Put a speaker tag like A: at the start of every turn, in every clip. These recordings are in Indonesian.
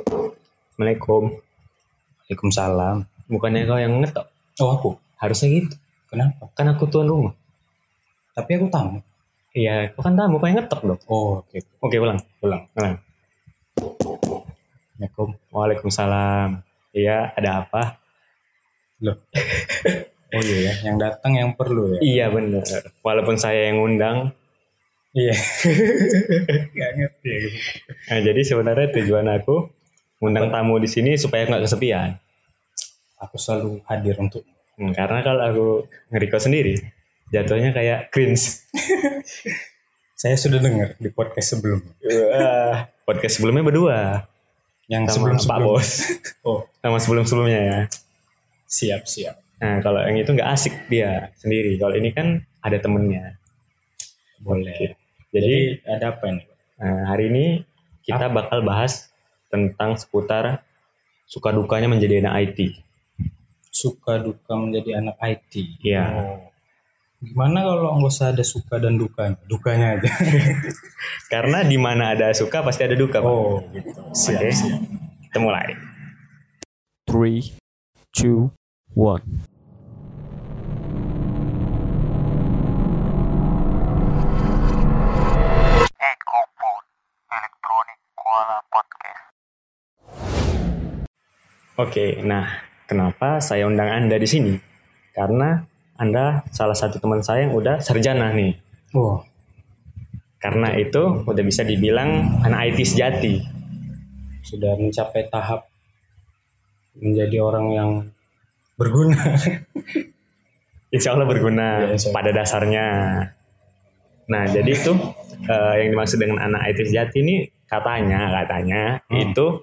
A: Assalamualaikum.
B: Waalaikumsalam.
A: Bukannya kau yang ngetok?
B: Oh aku?
A: Harusnya gitu.
B: Kenapa?
A: Kan aku tuan rumah.
B: Tapi aku tamu.
A: Iya, kau kan tamu, kau yang ngetok dong.
B: Oh oke.
A: Oke, ulang.
B: Pulang.
A: Ulang.
B: Assalamualaikum.
A: Waalaikumsalam. Iya, ada apa?
B: Oh iya ya. Yang datang yang perlu ya.
A: Iya, bener. Walaupun saya yang undang,
B: Iya. Gak ngerti ya. gitu.
A: nah, jadi sebenarnya tujuan aku undang tamu di sini supaya nggak kesepian.
B: Aku selalu hadir untuk.
A: Hmm, karena kalau aku ngeriko sendiri, jatuhnya kayak cringe.
B: Saya sudah dengar di podcast sebelumnya.
A: Wah, Podcast sebelumnya berdua.
B: Yang
A: Sama
B: sebelum
A: Pak
B: sebelum.
A: Bos.
B: Oh
A: Sama sebelum-sebelumnya ya.
B: siap siap.
A: Nah, kalau yang itu nggak asik dia sendiri. Kalau ini kan ada temennya.
B: Boleh.
A: Jadi,
B: Jadi ada apa ini?
A: eh, hari ini kita bakal bahas tentang seputar suka dukanya menjadi anak IT.
B: Suka duka menjadi anak IT.
A: Iya.
B: Oh. Gimana kalau nggak usah ada suka dan dukanya? Dukanya aja.
A: Karena di mana ada suka pasti ada duka. Pak.
B: Oh gitu. Siap
A: Oke.
B: siap.
A: Kita mulai.
C: three, two, one.
A: Oke, nah kenapa saya undang Anda di sini? Karena Anda salah satu teman saya yang udah sarjana nih.
B: Oh
A: Karena itu udah bisa dibilang anak IT sejati.
B: sudah mencapai tahap menjadi orang yang berguna.
A: Insya Allah berguna
B: Ya, insya Allah.
A: pada dasarnya. Nah, jadi itu eh, yang dimaksud dengan anak IT sejati ini katanya, katanya
B: Hmm.
A: itu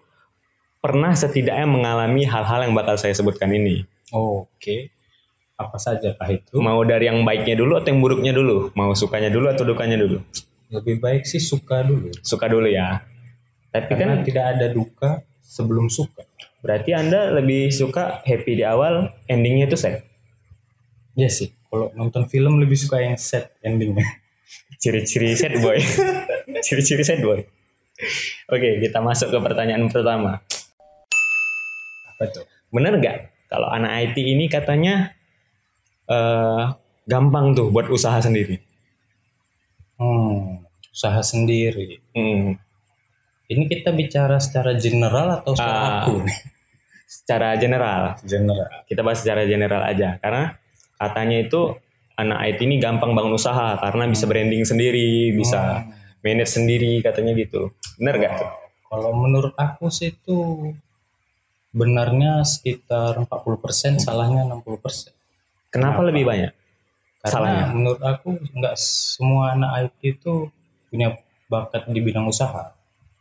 A: pernah setidaknya mengalami hal-hal yang bakal saya sebutkan ini.
B: Oh, Oke. Apa saja kah itu?
A: Mau dari yang baiknya dulu atau yang buruknya dulu? Mau sukanya dulu atau dukanya dulu?
B: Lebih baik sih suka dulu.
A: Suka dulu ya. Tapi
B: Karena
A: kan
B: tidak ada duka sebelum suka.
A: berarti Anda lebih suka happy di awal, endingnya itu sad.
B: Ya sih. Kalau nonton film lebih suka yang sad endingnya.
A: Ciri-ciri sad boy. Ciri-ciri sad boy. Oke, kita masuk ke pertanyaan pertama.
B: Apa tuh?
A: Bener nggak kalau anak IT ini katanya eh gampang tuh buat usaha sendiri.
B: Hmm, usaha sendiri.
A: Hmm.
B: Ini kita bicara secara general atau secara
A: Ah.
B: aku nih?
A: Secara general,
B: General.
A: kita bahas secara general aja karena katanya itu anak IT ini gampang bangun usaha karena bisa branding sendiri, bisa
B: Hmm.
A: manage sendiri katanya gitu. Bener nggak? tuh?
B: Kalau menurut aku sih itu benarnya sekitar 40%, salahnya 60%.
A: Kenapa lebih banyak?
B: Karena
A: Salahnya?
B: menurut aku nggak semua anak IT itu punya bakat di bidang usaha.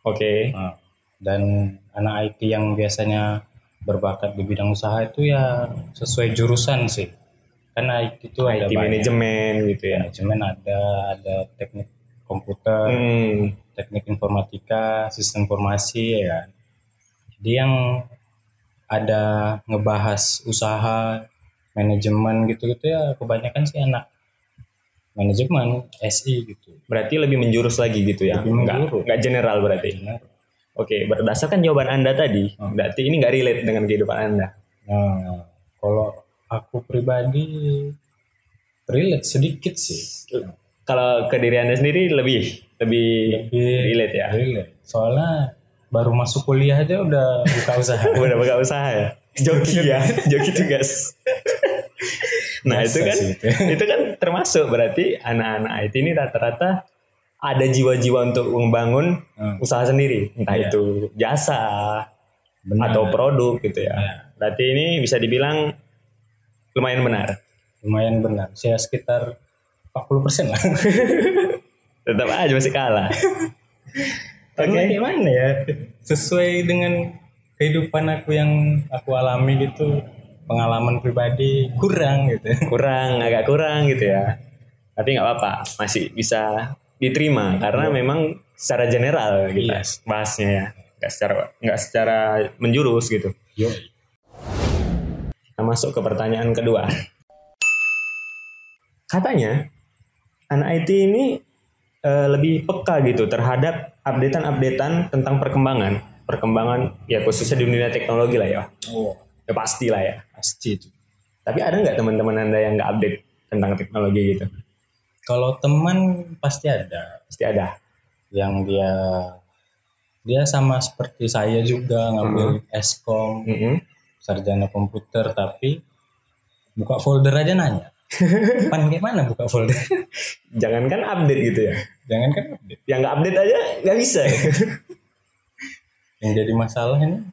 A: Oke.
B: Nah, Dan anak IT yang biasanya berbakat di bidang usaha itu ya sesuai jurusan sih. Karena IT itu ada
A: IT
B: banyak.
A: manajemen gitu ya.
B: Manajemen ada, ada teknik komputer,
A: Hmm.
B: teknik informatika, sistem informasi ya. kan. Jadi yang ada ngebahas usaha, manajemen gitu-gitu ya kebanyakan sih anak manajemen SI gitu.
A: Berarti lebih menjurus lagi gitu ya.
B: Lebih
A: Nggak
B: menjurus.
A: nggak general berarti.
B: Benar.
A: Oke, berdasarkan jawaban Anda tadi,
B: Hmm.
A: berarti ini nggak relate dengan kehidupan Anda.
B: Nah, kalau aku pribadi relate sedikit sih.
A: Kalau ke diri Anda sendiri lebih lebih
B: Lebih
A: relate ya.
B: relate. Soalnya baru masuk kuliah aja udah buka usaha.
A: Udah buka usaha ya. Joki ya, joki tugas. nah, itu
B: Masa
A: kan
B: sih itu?
A: itu kan termasuk berarti anak-anak IT ini rata-rata ada jiwa-jiwa untuk membangun
B: Hmm.
A: usaha sendiri, entah
B: Iya.
A: itu jasa
B: Benar.
A: atau produk gitu ya.
B: Iya.
A: Berarti ini bisa dibilang lumayan benar.
B: lumayan benar. Saya sekitar 40% lah.
A: Tetap aja masih kalah. Oke.
B: Karena gimana ya? Sesuai dengan kehidupan aku yang aku alami gitu, pengalaman pribadi kurang gitu.
A: kurang agak kurang gitu ya tapi nggak apa-apa masih bisa diterima karena memang secara general gitu
B: Yes.
A: bahasnya ya nggak secara nggak secara menjurus gitu
B: Yo.
A: nah, masuk ke pertanyaan kedua katanya anak IT ini eh, lebih peka gitu terhadap updatean-updatean tentang perkembangan perkembangan ya khususnya di dunia teknologi lah ya.
B: oh
A: Ya pasti lah ya.
B: pasti itu
A: Tapi ada nggak teman-teman anda yang nggak update tentang teknologi gitu?
B: kalau teman pasti ada
A: Pasti ada.
B: yang dia dia sama seperti saya juga ngambil eskom
A: Mm-mm.
B: sarjana komputer tapi buka folder aja nanya pan kayak mana buka folder
A: Jangankan update gitu ya.
B: jangan kan update
A: Yang nggak update aja nggak bisa. ya.
B: yang jadi masalah ini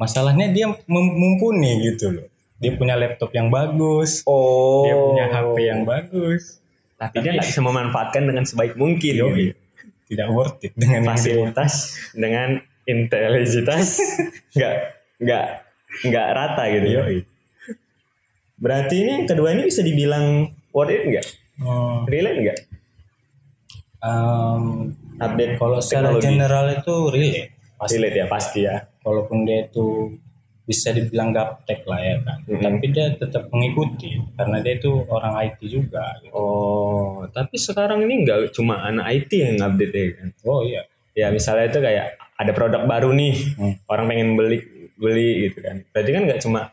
B: masalahnya dia mem- mumpuni gitu loh dia punya laptop yang bagus
A: oh.
B: dia punya HP yang bagus
A: Tapi dia nggak bisa memanfaatkan dengan sebaik mungkin.
B: Yoi.
A: gitu.
B: tidak worth it dengan yang dia-
A: fasilitas dengan intelijitas nggak nggak nggak rata gitu ya.
B: Yoi.
A: Berarti ini yang kedua ini bisa dibilang worth it nggak?
B: Hmm,
A: Relate nggak?
B: um,
A: Update
B: kalau secara general itu relate pasti
A: relate ya pasti ya.
B: walaupun dia itu bisa dibilang gaptek lah ya kan
A: Mhm.
B: tapi dia tetap mengikuti karena dia itu orang IT juga gitu.
A: Oh, tapi sekarang ini nggak cuma anak IT yang update ya kan?
B: oh iya
A: Ya misalnya itu kayak ada produk baru nih,
B: Hmm.
A: orang pengen beli beli gitu kan. Berarti kan nggak cuma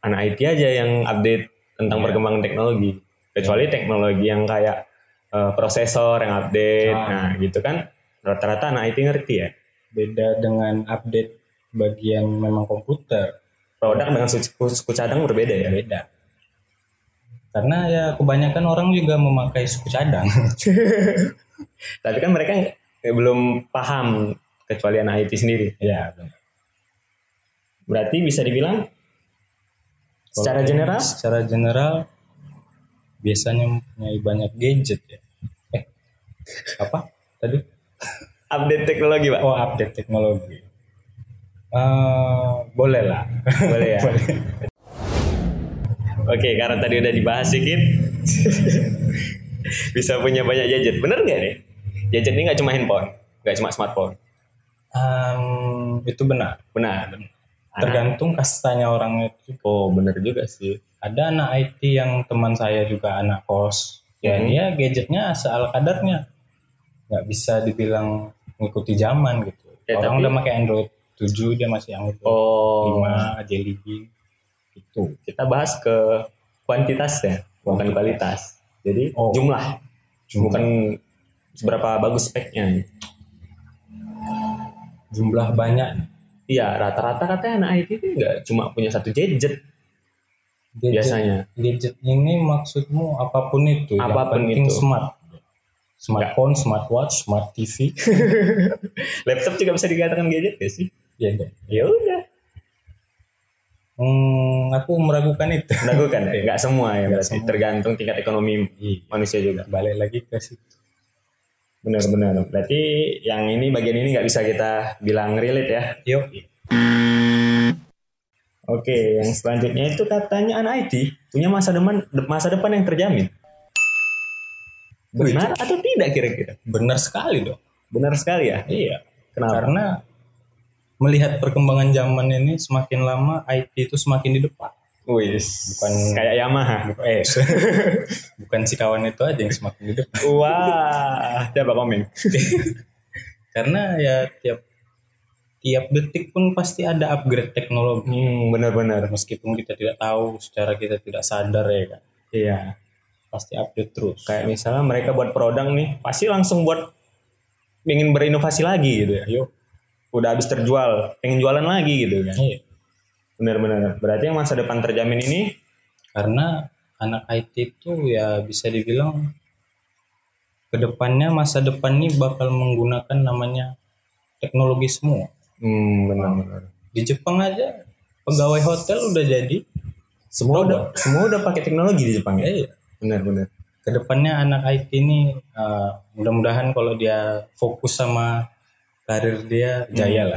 A: anak IT aja yang update tentang
B: Iya.
A: perkembangan teknologi. Kecuali teknologi yang kayak eh, prosesor yang update,
B: Ah.
A: nah gitu kan. Rata-rata anak IT ngerti ya.
B: beda dengan update bagian memang komputer
A: Produk dengan suku, suku cadang berbeda ya.
B: beda karena ya kebanyakan orang juga memakai suku cadang
A: Tapi kan mereka nggak- belum paham kecuali anak IT sendiri.
B: ya benar.
A: Berarti bisa dibilang secara
B: Kalau
A: general
B: secara general biasanya mempunyai banyak gadget ya eh apa tadi
A: update teknologi, Pak.
B: oh update teknologi Eh, boleh lah
A: Boleh ya. Oke, karena tadi udah dibahas sedikit. bisa punya banyak gadget. Bener nggak nih? Gadget ini nggak cuma handphone, nggak cuma smartphone.
B: Em, itu benar
A: Benar. Anak-
B: tergantung kastanya orang itu
A: Oh, bener juga sih.
B: ada anak IT yang teman saya juga anak kos ya
A: Mhm.
B: dia gadgetnya seala kadarnya nggak bisa dibilang ngikuti zaman gitu
A: Ya,
B: orang
A: tapi-
B: udah pakai Android 7 dia masih Android
A: Oh,
B: 5 Jelly Bean gitu
A: kita bahas ke kuantitas ya, bukan
B: Kuantitas.
A: kualitas. Jadi
B: Oh.
A: jumlah,
B: Jumlah.
A: bukan seberapa bagus speknya.
B: jumlah banyak
A: Iya, rata-rata katanya anak IT itu nggak cuma punya satu gadget
B: gadget,
A: biasanya.
B: gadget ini maksudmu apapun itu yang
A: Apapun
B: penting
A: itu.
B: smart smartphone smartwatch smart TV
A: Laptop juga bisa dikatakan gadget gak sih?
B: ya dong.
A: Ya udah.
B: Hmm, aku meragukan itu
A: Meragukan ya? Nggak semua ya
B: Nggak
A: berarti.
B: semua.
A: Tergantung tingkat ekonomi
B: Iya.
A: manusia juga.
B: balik lagi ke situ
A: Benar-benar. Berarti yang ini bagian ini nggak bisa kita bilang relate ya.
B: yuk
A: Oke, yang selanjutnya itu katanya anak IT punya masa depan masa depan yang terjamin. Benar atau tidak kira-kira?
B: benar sekali dong
A: Benar sekali ya.
B: iya
A: Kenapa?
B: Karena melihat perkembangan zaman ini semakin lama IT itu semakin di depan.
A: Wis,
B: Bukan-
A: kayak Yamaha.
B: Eh, bukan si kawan itu aja yang semakin di depan.
A: Wah, coba komen.
B: Karena ya tiap tiap detik pun pasti ada upgrade teknologi.
A: Hmm, benar-benar.
B: Meskipun kita tidak tahu secara kita tidak sadar ya kan.
A: Iya.
B: Pasti update terus.
A: kayak misalnya mereka buat produk nih pasti langsung buat ingin berinovasi lagi gitu ya
B: Ayo.
A: udah habis terjual pengen jualan lagi gitu kan
B: Iya.
A: benar-benar berarti yang masa depan terjamin ini
B: Karena anak IT itu ya bisa dibilang kedepannya masa depan ini bakal menggunakan namanya teknologi semua.
A: hmm, benar-benar
B: di Jepang aja pegawai hotel udah jadi
A: semua Oh, udah semua udah pakai teknologi di Jepang ya
B: eh
A: benar-benar
B: kedepannya anak IT ini eh, mudah-mudahan kalau dia fokus sama karir dia jaya lah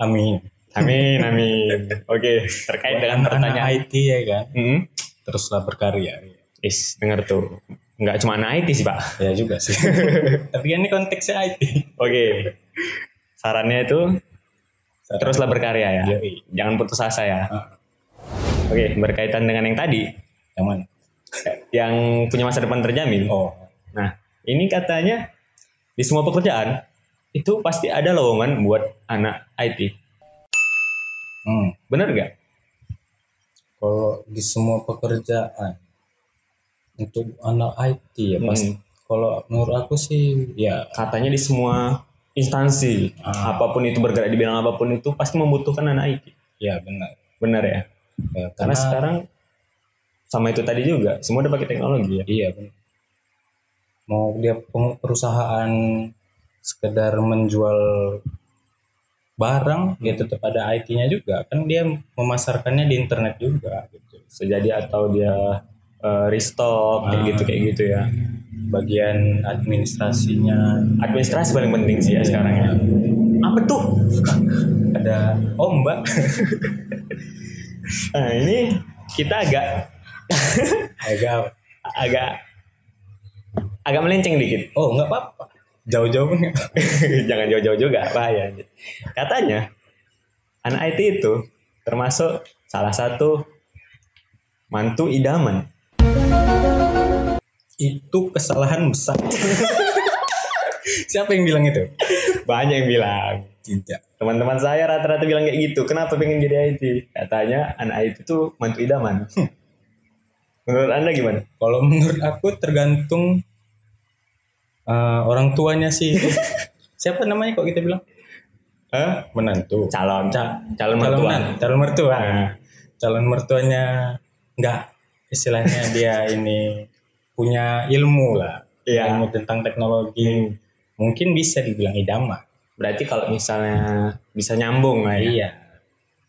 B: Hmm. amin
A: amin amin oke terkait dengan Eh,
B: Anak-anak
A: pertanyaan
B: IT ya kan
A: hmm,
B: teruslah berkarya iya.
A: is dengar tuh nggak cuma anak IT sih pak
B: ya juga sih tapi kan ini konteksnya IT
A: oke sarannya itu teruslah berkarya ya
B: Iya, iya.
A: jangan putus asa ya
B: Ah.
A: oke berkaitan dengan yang tadi
B: yang mana
A: yang punya masa depan terjamin.
B: oh
A: Nah, ini katanya di semua pekerjaan itu pasti ada lowongan buat anak IT.
B: Hmm.
A: Bener nggak?
B: Kalau di semua pekerjaan untuk anak IT ya
A: Hmm.
B: pasti. Kalau menurut aku sih ya
A: Katanya di semua instansi,
B: Ah.
A: apapun itu bergerak di bidang apapun itu pasti membutuhkan anak IT.
B: ya benar.
A: Bener ya?
B: Ya,
A: Karena sekarang sama itu tadi juga, semua udah pakai teknologi ya.
B: Iya benar. Mau dia peng- perusahaan sekedar menjual barang, dia
A: Hmm.
B: tetap ada IT-nya juga. Kan dia memasarkannya di internet juga gitu.
A: Sejadi atau dia eh, restock kayak
B: Ah.
A: gitu kayak gitu ya.
B: Bagian administrasinya
A: Administrasi paling penting sih ya sekarang ya. Apa tuh?
B: ada oh mbak
A: Nah, ini kita agak
B: agak
A: agak agak melenceng dikit.
B: oh nggak apa-apa jauh-jauh nggak
A: Jangan jauh-jauh juga, bahaya. Katanya, anak IT itu termasuk salah satu mantu idaman.
B: itu kesalahan besar siapa yang bilang itu
A: Banyak yang bilang.
B: tidak
A: Teman-teman saya rata-rata bilang kayak gitu. Kenapa pengen jadi IT? Katanya anak IT itu mantu idaman. Menurut Anda gimana?
B: kalau menurut aku tergantung eh, orang tuanya sih siapa namanya kok kita bilang
A: Hah?
B: menantu Ah.
A: Calon,
B: Ca-
A: calon kan? mertua.
B: menan- calon mertua
A: Nah.
B: calon mertuanya nggak istilahnya dia ini punya ilmu lah
A: Iya.
B: ilmu tentang teknologi mungkin bisa dibilang idaman
A: Berarti kalau misalnya bisa nyambung lah ya.
B: iya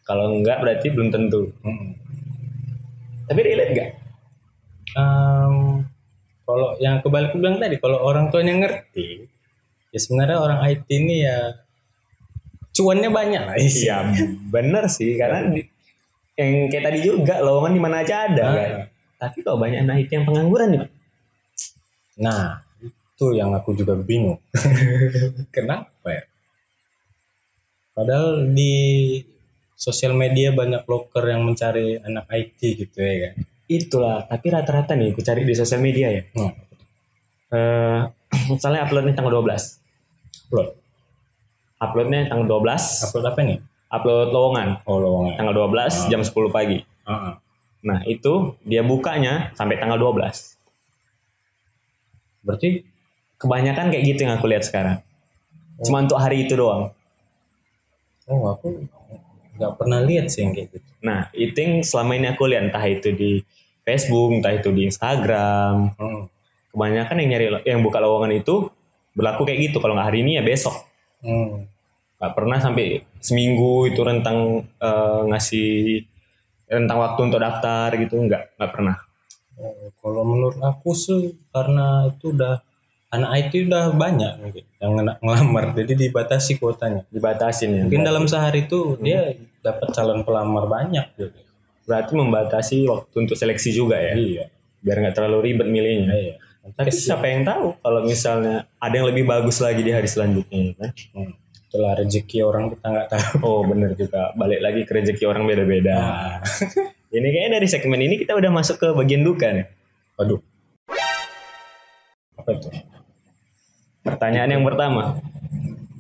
A: Kalau enggak berarti belum tentu.
B: Mm.
A: Tapi relate enggak?
B: Em, kalau yang kebalik bilang tadi kalau orang tuanya ngerti ya sebenarnya orang IT ini ya cuannya banyak lah
A: Iya bener sih karena di- yang kayak tadi juga lowongan di mana aja ada.
B: Ah.
A: kan. Tapi kalau banyak anak IT yang pengangguran nih, Pak.
B: nah itu yang aku juga bingung kenapa ya padahal di sosial media banyak loker yang mencari anak IT gitu ya kan
A: itulah. Tapi rata-rata nih, aku cari di sosial media ya.
B: Hmm.
A: Eh, misalnya uploadnya tanggal 12
B: upload
A: uploadnya tanggal 12
B: upload apa nih
A: upload lowongan
B: oh lowongan
A: tanggal 12 jam 10 pagi
B: Ah, ah.
A: nah itu dia bukanya sampai tanggal 12
B: berarti
A: kebanyakan kayak gitu yang aku lihat sekarang cuma untuk hari itu doang
B: oh aku nggak pernah lihat sih yang kayak gitu
A: nah itu yang selama ini aku lihat entah itu di Facebook entah itu di Instagram
B: Hmm.
A: kebanyakan yang nyari yang buka lowongan itu berlaku kayak gitu kalau nggak hari ini ya besok
B: Hmm.
A: nggak pernah sampai seminggu itu rentang eh, ngasih rentang waktu untuk daftar gitu nggak nggak pernah
B: Eh, Kalau menurut aku sih karena itu udah anak IT udah banyak mungkin yang ngena- ngelamar, jadi dibatasi kuotanya.
A: dibatasin ya
B: Mungkin dalam sehari itu dia dapat calon pelamar banyak gitu.
A: berarti membatasi waktu untuk seleksi juga ya
B: Iya,
A: biar nggak terlalu ribet milihnya
B: iya.
A: tapi siapa yang tahu kalau misalnya ada yang lebih bagus lagi di hari selanjutnya ya kan?
B: Hmm. Itulah rezeki orang kita nggak tahu.
A: oh bener juga balik lagi ke rezeki orang beda-beda
B: Nah,
A: ini kayaknya dari segmen ini kita udah masuk ke bagian duka nih
B: Waduh. Apa itu?
A: pertanyaan yang pertama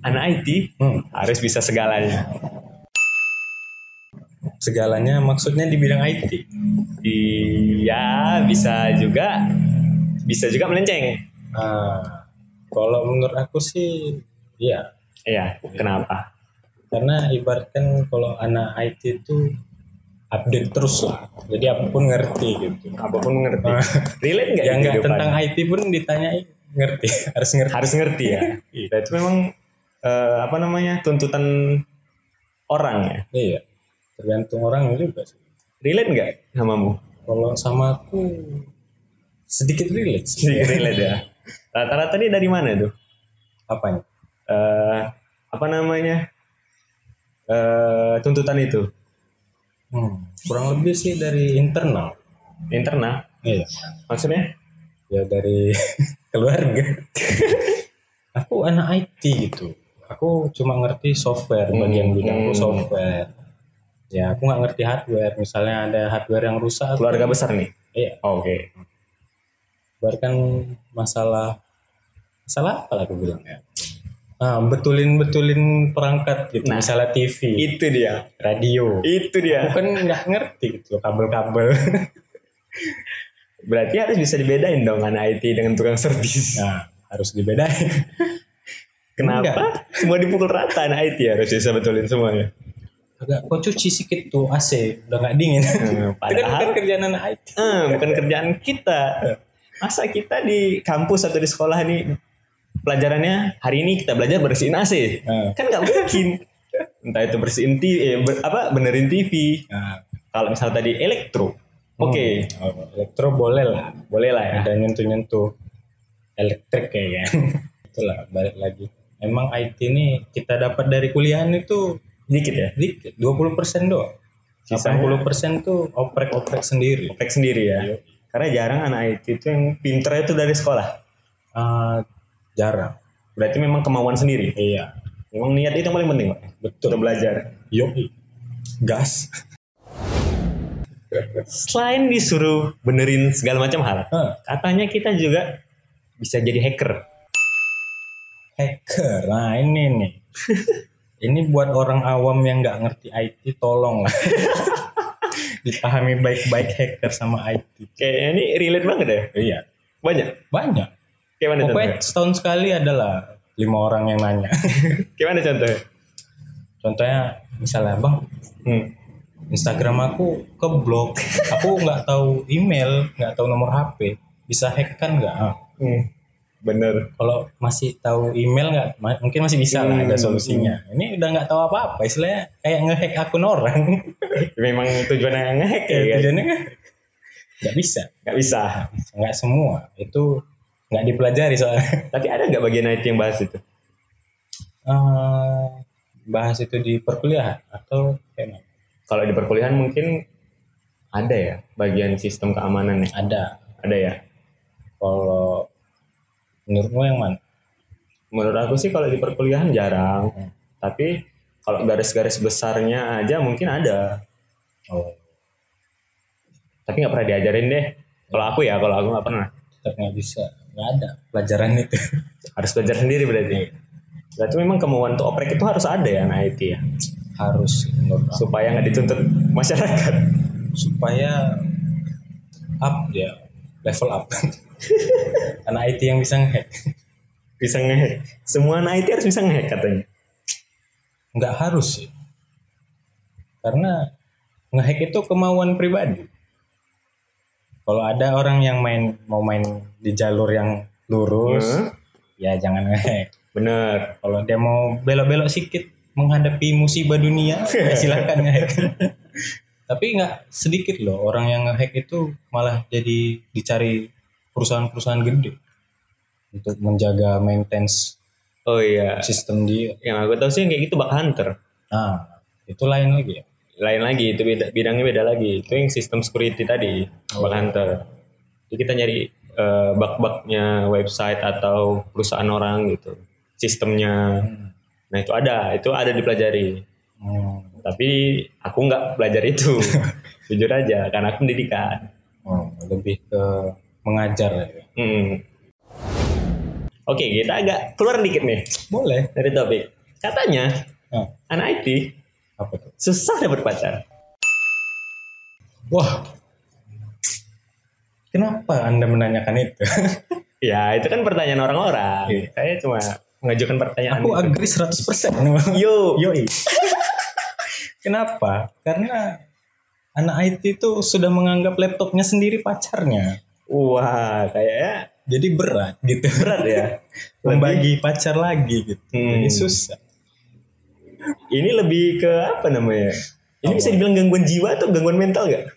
A: anak IT
B: Hmm.
A: harus bisa segalanya
B: Segalanya maksudnya di bidang IT.
A: iya bisa juga bisa juga melenceng
B: Ah, kalau menurut aku sih, iya.
A: iya kenapa
B: karena ibaratkan kalau anak IT itu update terus lah jadi apapun ngerti gitu
A: apapun mengerti relate nggak di
B: yang Ya, nggak
A: kehidupan?
B: tentang IT pun ditanyai ngerti harus ngerti
A: harus ngerti ya.
B: Iya.
A: Nah, itu memang eh, apa namanya tuntutan orang ya.
B: iya tergantung orang juga sih
A: Relate nggak sama mu?
B: kalau sama aku sedikit relate sih
A: Sedikit Relate ya. Rata-rata ini dari mana tuh?
B: apanya
A: Eh, apa namanya eh tuntutan itu
B: Hmm, kurang lebih sih dari internal
A: internal?
B: iya
A: Maksudnya?
B: ya dari keluarga aku anak IT gitu aku cuma ngerti software bagian
A: Hmm.
B: bidangku software ya aku nggak ngerti hardware misalnya ada hardware yang rusak aku-
A: Keluarga besar nih.
B: iya
A: Oke.
B: bahkan masalah masalah apa lah aku bilang ya Ah, betulin-betulin perangkat gitu.
A: Nah, Iya.
B: Misalnya TV,
A: Itu dia.
B: radio.
A: Itu dia.
B: Bukan nggak ngerti gitu loh, kabel-kabel.
A: Berarti harus bisa dibedain dong anak IT dengan tukang servis.
B: Nah, harus dibedain. Enggak.
A: Kenapa? Semua dipukul rata anak ya? IT harus bisa betulin semuanya.
B: Agak kok cuci sikit tuh AC, udah nggak dingin.
A: Hmm,
B: Itu kan bukan
A: padahal
B: kerjaan anak IT.
A: eh, bukan kerjaan kita. Masa kita di kampus atau di sekolah nih pelajarannya hari ini kita belajar bersihin AC.
B: Hmm.
A: Kan nggak mungkin. Entah itu bersihin TV, eh, ber- apa benerin TV.
B: Nah,
A: Kalau misal tadi elektro. Oke,
B: hmm, elektro boleh lah.
A: boleh lah ya.
B: ada nyentuh-nyentuh elektrik kayaknya itulah balik lagi emang IT ini kita dapat dari kuliahan itu
A: Dikit ya.
B: dikit 20 persen doang
A: Sisanya-
B: 80 persen tuh oprek-oprek sendiri
A: Oprek sendiri ya. Karena jarang anak IT itu yang pinter itu dari sekolah.
B: Ah, jarang
A: Berarti memang kemauan sendiri.
B: iya
A: Memang niat itu yang paling penting, Pak. Untuk
B: betul
A: belajar.
B: yuk gas
A: Selain disuruh benerin segala macam hal,
B: Hah,
A: katanya kita juga bisa jadi hacker.
B: hacker nah ini nih ini buat orang awam yang nggak ngerti IT tolong lah dipahami baik-baik hacker sama IT
A: Kayaknya ini relate banget ya.
B: iya
A: Banyak.
B: banyak
A: Kayak mana
B: Pokoknya
A: contohnya?
B: setahun sekali adalah lima orang yang nanya.
A: Kayak mana contohnya?
B: Contohnya misalnya bang
A: Hmm.
B: Instagram aku keblok, aku nggak tahu email, nggak tahu nomor HP, bisa hack kan nggak? Ah,
A: Hmm. Bener.
B: Kalau masih tahu email nggak, ma- mungkin masih bisa lah ada
A: Hmm.
B: solusinya. Ini udah nggak tahu apa-apa, istilahnya kayak ngehack akun orang.
A: Memang tujuannya nge-hack ya. kan?
B: Tujuannya kan nggak bisa,
A: Nggak bisa.
B: nggak semua itu nggak dipelajari soalnya.
A: Tapi ada nggak bagian IT yang bahas itu?
B: Eh, bahas itu di perkuliahan atau kayak mana?
A: Kalau di perkuliahan mungkin ada ya bagian sistem keamanan ya.
B: ada
A: Ada ya.
B: Kalau menurutmu yang mana?
A: Menurut aku sih kalau di perkuliahan jarang.
B: Hmm.
A: Tapi kalau garis-garis besarnya aja mungkin ada.
B: Oh,
A: Tapi nggak pernah diajarin deh. Kalau aku ya, kalau aku nggak pernah.
B: tetap nggak bisa, nggak ada pelajaran itu.
A: Harus belajar sendiri berarti. Berarti memang kemauan untuk oprek itu harus ada ya anak IT ya.
B: Harus menurut aku.
A: Supaya nggak dituntut masyarakat.
B: supaya up ya level up. Anak IT yang bisa ngehack.
A: Bisa ngehack. Semua anak IT harus bisa ngehack katanya.
B: Nggak harus sih, karena ngehack itu kemauan pribadi. Kalau ada orang yang main mau main di jalur yang lurus,
A: Hmm.
B: ya jangan ngehack.
A: Bener.
B: Kalau dia mau belok-belok sikit menghadapi musibah dunia, ya silakan ngehack. Tapi nggak sedikit loh orang yang ngehack itu malah jadi dicari perusahaan-perusahaan gede untuk menjaga maintenance
A: Oh iya.
B: sistem dia.
A: Yang aku tahu sih yang kayak gitu bug hunter.
B: Nah, itu lain lagi ya.
A: lain lagi itu beda, bidangnya beda lagi itu yang sistem security tadi bug hunter jadi kita nyari eh, bug-bugnya website atau perusahaan orang gitu sistemnya
B: Hmm.
A: nah itu ada itu ada dipelajari
B: Hmm.
A: tapi aku nggak belajar itu jujur aja karena aku pendidikan
B: Oh, lebih ke mengajar ya.
A: Hmm. oke kita agak keluar dikit nih
B: Boleh.
A: dari topik katanya
B: Nah,
A: anak IT
B: apa tuh?
A: susah dapat pacar
B: Wah. Kenapa Anda menanyakan itu?
A: ya itu kan pertanyaan orang-orang saya cuma mengajukan pertanyaan
B: Aku
A: gitu.
B: agree 100%.
A: Yo,
B: Yoi. Kenapa? Karena anak IT itu sudah menganggap laptopnya sendiri pacarnya.
A: wah kayaknya
B: Jadi berat gitu.
A: berat ya.
B: Membagi pacar lagi gitu.
A: Hmm.
B: Jadi susah.
A: Ini lebih ke apa namanya? Ini
B: Apa?
A: bisa dibilang gangguan jiwa atau gangguan mental nggak?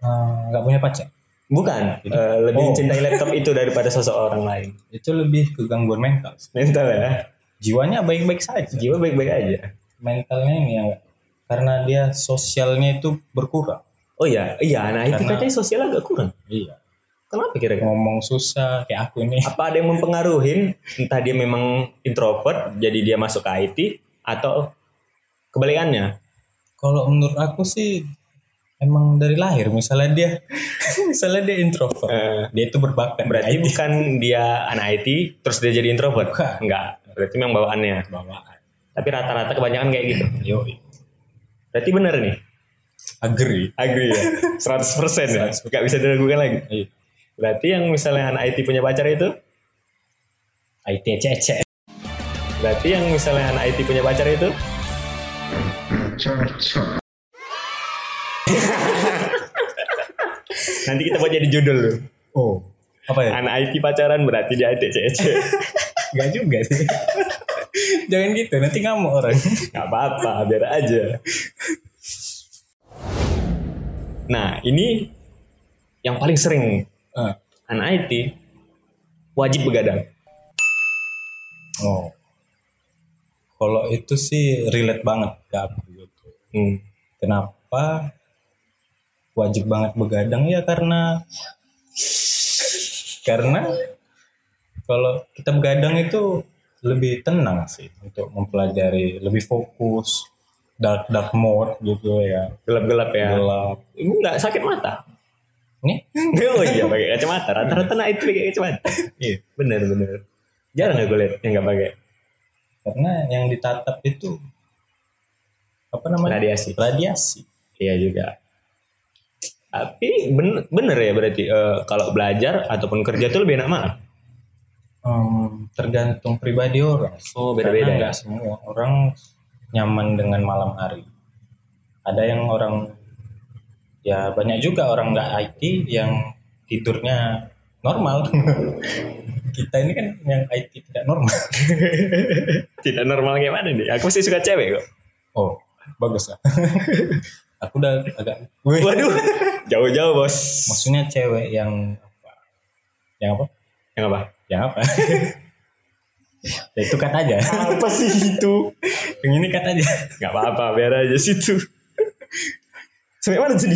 B: Ah, Nggak punya pacar.
A: Bukan, eh, lebih
B: Oh.
A: mencintai laptop itu daripada sosok orang lain.
B: Itu lebih ke gangguan mental.
A: Mental ya,
B: Jiwanya baik-baik saja.
A: jiwa baik-baik aja.
B: Mentalnya ini ya, yang karena dia sosialnya itu berkurang.
A: Oh iya, iya, nah itu
B: Karena-
A: katanya sosial agak kurang.
B: Iya.
A: Kenapa kira-kira?
B: Ngomong susah kayak aku ini.
A: Apa ada yang mempengaruhi? Entah dia memang introvert, jadi dia masuk ke IT, atau kebalikannya?
B: Kalau menurut aku sih emang dari lahir misalnya dia misalnya dia introvert.
A: Eh,
B: dia itu berbakat
A: berarti
B: di IT.
A: bukan dia anak IT, terus dia jadi introvert?
B: Bukan.
A: Enggak. berarti memang bawaannya
B: bawaan
A: tapi rata-rata kebanyakan kayak gitu
B: yo
A: berarti bener nih
B: agree
A: agree ya 100% ya nggak bisa diragukan lagi
B: Iya.
A: berarti yang misalnya anak IT punya pacar itu
B: IT cece
A: berarti yang misalnya anak IT punya pacar itu nanti kita buat jadi judul loh
B: oh apa ya
A: anak IT pacaran berarti dia IT CC
B: Gak juga sih. Jangan gitu, nanti ngamuk orang.
A: nggak apa-apa biar aja nah ini yang paling sering
B: Ah.
A: anak IT wajib begadang
B: Oh. Kalau itu sih relate banget ke aku gitu.
A: Hmm.
B: Kenapa wajib banget begadang ya karena karena kalau kita begadang itu lebih tenang sih untuk mempelajari, lebih fokus, dark dark mode gitu ya.
A: gelap-gelap ya
B: Gelap.
A: Ibu nggak sakit mata.
B: Nih,
A: Oh iya pakai kacamata. Rata-rata anak itu pakai kacamata.
B: iya.
A: Bener bener. Jarang aku lihat yang nggak pakai
B: Karena yang ditatap itu apa namanya?
A: radiasi.
B: Radiasi.
A: Iya juga. Tapi bener, bener ya berarti eh, kalau belajar ataupun kerja tuh lebih enak mana?
B: Hmm, tergantung pribadi orang.
A: Oh
B: Karena
A: beda-beda.
B: nggak semua orang nyaman dengan malam hari. Ada yang orang ya banyak juga orang nggak IT yang tidurnya normal. Kita ini kan yang IT tidak normal.
A: Tidak normal kayak mana nih? Aku sih suka cewek kok.
B: Oh, bagus lah. Aku udah agak
A: Waduh, jauh-jauh bos.
B: maksudnya cewek yang apa? Yang apa?
A: Yang apa?
B: Yang apa? Ya, itu kata aja.
A: Apa sih itu?
B: Yang ini kata aja.
A: Gak apa-apa, biar aja situ. Sampai mana tadi?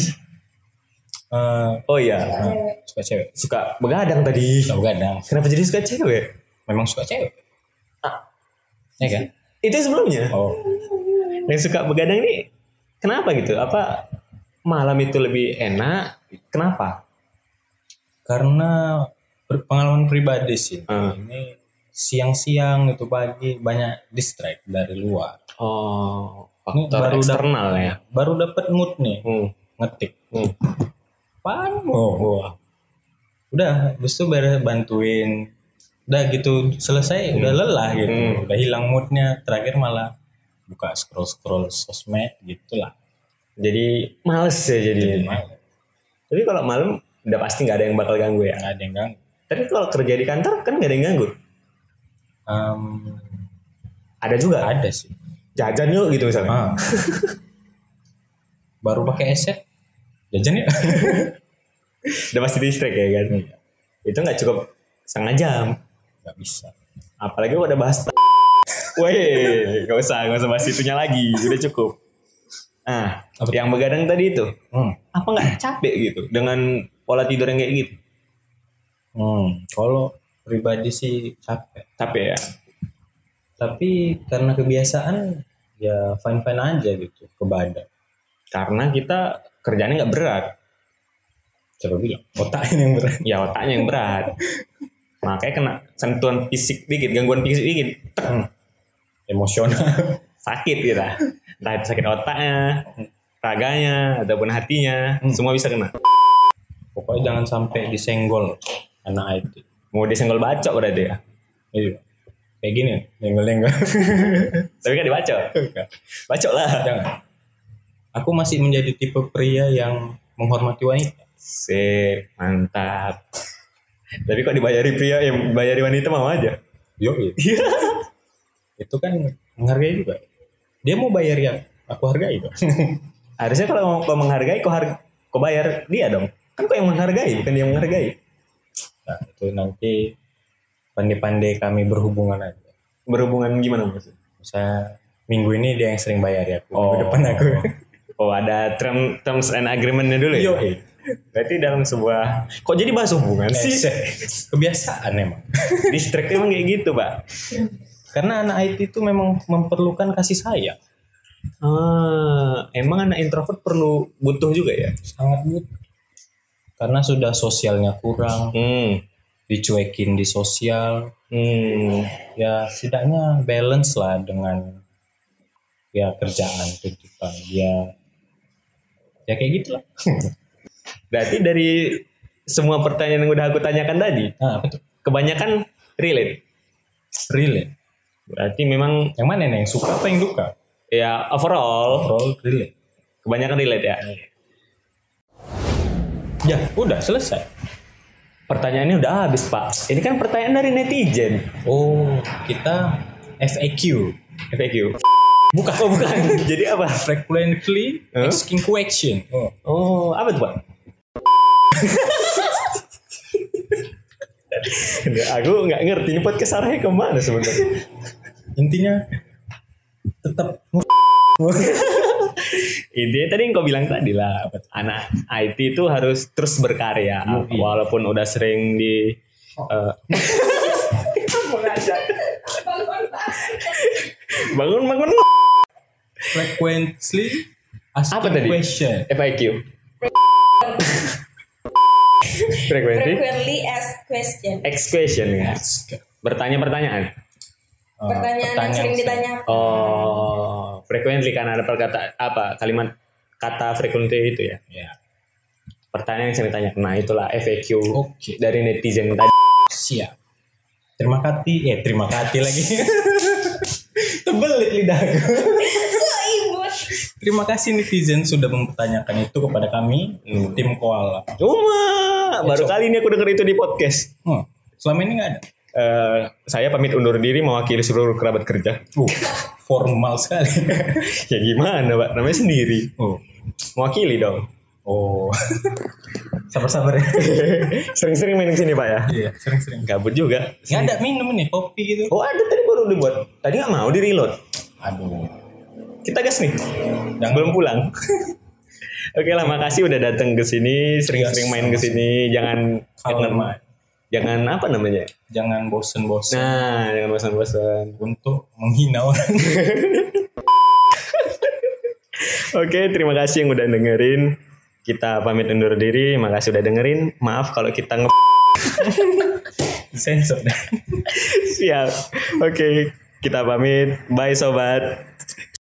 B: Eh,
A: Oh iya,
B: nah, suka cewek.
A: suka begadang tadi.
B: Suka begadang.
A: Kenapa jadi suka cewek?
B: Memang suka cewek.
A: Ah.
B: Ya kan?
A: Itu yang sebelumnya.
B: Oh.
A: Yang suka begadang ini kenapa gitu? Apa malam itu lebih enak? Kenapa?
B: Karena berpengalaman pribadi sih.
A: Ah.
B: Ini siang-siang itu pagi banyak distract dari luar.
A: Oh,
B: Ini
A: faktor
B: baru
A: eksternal ya.
B: Baru dapat mood nih
A: Hmm.
B: ngetik.
A: hmm.
B: Pan. Oh. Wah. Udah, habis itu bare- bantuin. Udah gitu selesai, udah lelah gitu.
A: Hmm.
B: Udah hilang moodnya. Terakhir malah buka scroll-scroll sosmed gitulah.
A: Jadi males ya
B: Jadi
A: jadi.
B: malah
A: Tapi kalau malam udah pasti nggak ada yang bakal ganggu ya.
B: nggak ada yang ganggu.
A: Tapi kalau kerja di kantor kan nggak ada yang ganggu.
B: Em,
A: Ada juga.
B: ada sih.
A: Jajan yuk gitu misalnya.
B: Ah. Baru pakai eset jajan ya?
A: Udah pasti distract ya kan.
B: Iya.
A: Itu nggak cukup setengah jam.
B: Gak bisa.
A: Apalagi kalau udah bahas t- Weh, gak usah, gak usah bahas itunya lagi. Udah cukup. Nah,
B: Apa?
A: yang begadang tadi itu,
B: Hmm.
A: apa nggak capek gitu dengan pola tidur yang kayak gitu?
B: Hmm. Kalau pribadi sih capek.
A: Capek ya?
B: Tapi karena kebiasaan ya fine fine aja gitu ke badan.
A: Karena kita kerjaannya nggak berat.
B: Coba bilang otak ini yang berat.
A: Ya otaknya yang berat. Makanya kena sentuhan fisik dikit, gangguan fisik dikit, tek,
B: Emosional.
A: sakit kita. Entah itu sakit otaknya, raganya, ataupun hatinya,
B: Hmm.
A: semua bisa kena.
B: Pokoknya jangan sampai disenggol anak IT.
A: Mau disenggol bacok berarti ya.
B: Iya. Kayak gini, nyenggol nyenggol.
A: Tapi kan dibacok. Bacok lah.
B: jangan. Aku masih menjadi tipe pria yang menghormati wanita.
A: Sip, mantap. Tapi kok dibayari pria yang bayari wanita mau aja.
B: Yo, itu kan menghargai juga dia mau bayar ya aku hargai kok
A: Harusnya kalau kau menghargai, kau, har- kau bayar dia dong. Kan kau yang menghargai, bukan dia yang menghargai.
B: nah, itu nanti pandai-pandai kami berhubungan aja
A: Berhubungan gimana maksudnya?
B: misalnya minggu ini dia yang sering bayar ya aku minggu depan aku
A: Oh ada term, terms and agreementnya dulu ya?
B: Yoi.
A: Berarti dalam sebuah... Kok jadi bahas hubungan
B: Eh,
A: sih?
B: se- kebiasaan emang
A: Distract emang kayak gitu, Pak.
B: karena anak IT itu memang memerlukan kasih sayang
A: Ah, emang anak introvert perlu butuh juga ya?
B: sangat butuh karena sudah sosialnya kurang
A: Hmm.
B: dicuekin di sosial
A: Hmm,
B: ya setidaknya balance lah dengan ya kerjaan tuntutan ya ya kayak gitulah
A: berarti dari semua pertanyaan yang udah aku tanyakan tadi,
B: nah apa tuh
A: kebanyakan relate.
B: real ya?
A: Berarti memang
B: yang mana nih yang suka apa yang duka
A: ya overall
B: overall real ya?
A: kebanyakan relate ya.
B: ya udah selesai
A: Pertanyaannya udah habis pak. Ini kan pertanyaan dari netizen.
B: oh kita FAQ
A: FAQ. Bukan. Oh bukan. Jadi apa?
B: frequently
A: Huh?
B: asking question oh.
A: Oh apa tuh pak? Nggak, aku nggak ngerti ini podcast arahnya kemana sebenarnya.
B: intinya tetap
A: Intinya tadi yang kau bilang tadi lah, anak IT itu harus terus berkarya, walaupun udah sering di eh, bangun bangun
B: frequently asking
A: Apa tadi?
B: question
A: FIQ. Frekuensi
D: Frequently asked question.
A: X question ya. Bertanya-pertanyaan.
B: Eh,
D: Pertanyaan yang sering ditanyakan.
A: Oh, frequently karena ada perkata apa kalimat kata frequently itu ya.
B: ya
A: Pertanyaan yang sering ditanya. Nah, itulah FAQ
B: Oke.
A: dari netizen tadi.
B: siap terima kasih eh terima kasih lagi tebelit lidahku
D: Kok ibu?
B: terima kasih netizen sudah mempertanyakan itu kepada kami
A: Hmm.
B: tim koala
A: Cuma baru kali ini aku denger itu di podcast.
B: Hmm, selama ini nggak ada
A: Eh, saya pamit undur diri mewakili seluruh kerabat kerja.
B: uh, formal sekali
A: ya gimana, Pak? Namanya sendiri.
B: oh
A: Mewakili dong.
B: oh sabar-sabar ya
A: Sering-sering main ke sini, Pak ya.
B: iya sering-sering
A: Gabut juga.
B: nggak ada minum nih kopi gitu
A: Oh, ada tadi baru dibuat. Tadi nggak mau di reload.
B: aduh
A: Kita gas nih.
B: Jangan.
A: Belum pulang. Oke lah, makasih udah datang ke sini, sering-sering
B: Yes,
A: main ke sini. Jangan
B: Kalem.
A: jangan, jangan apa namanya?
B: jangan bosen-bosen
A: Nah, jangan bosan-bosan.
B: untuk menghina orang.
A: Oke, terima kasih yang udah dengerin. Kita pamit undur diri. Makasih udah dengerin. Maaf kalau kita nge
B: Sensor.
A: siap. Oke, kita pamit. Bye sobat.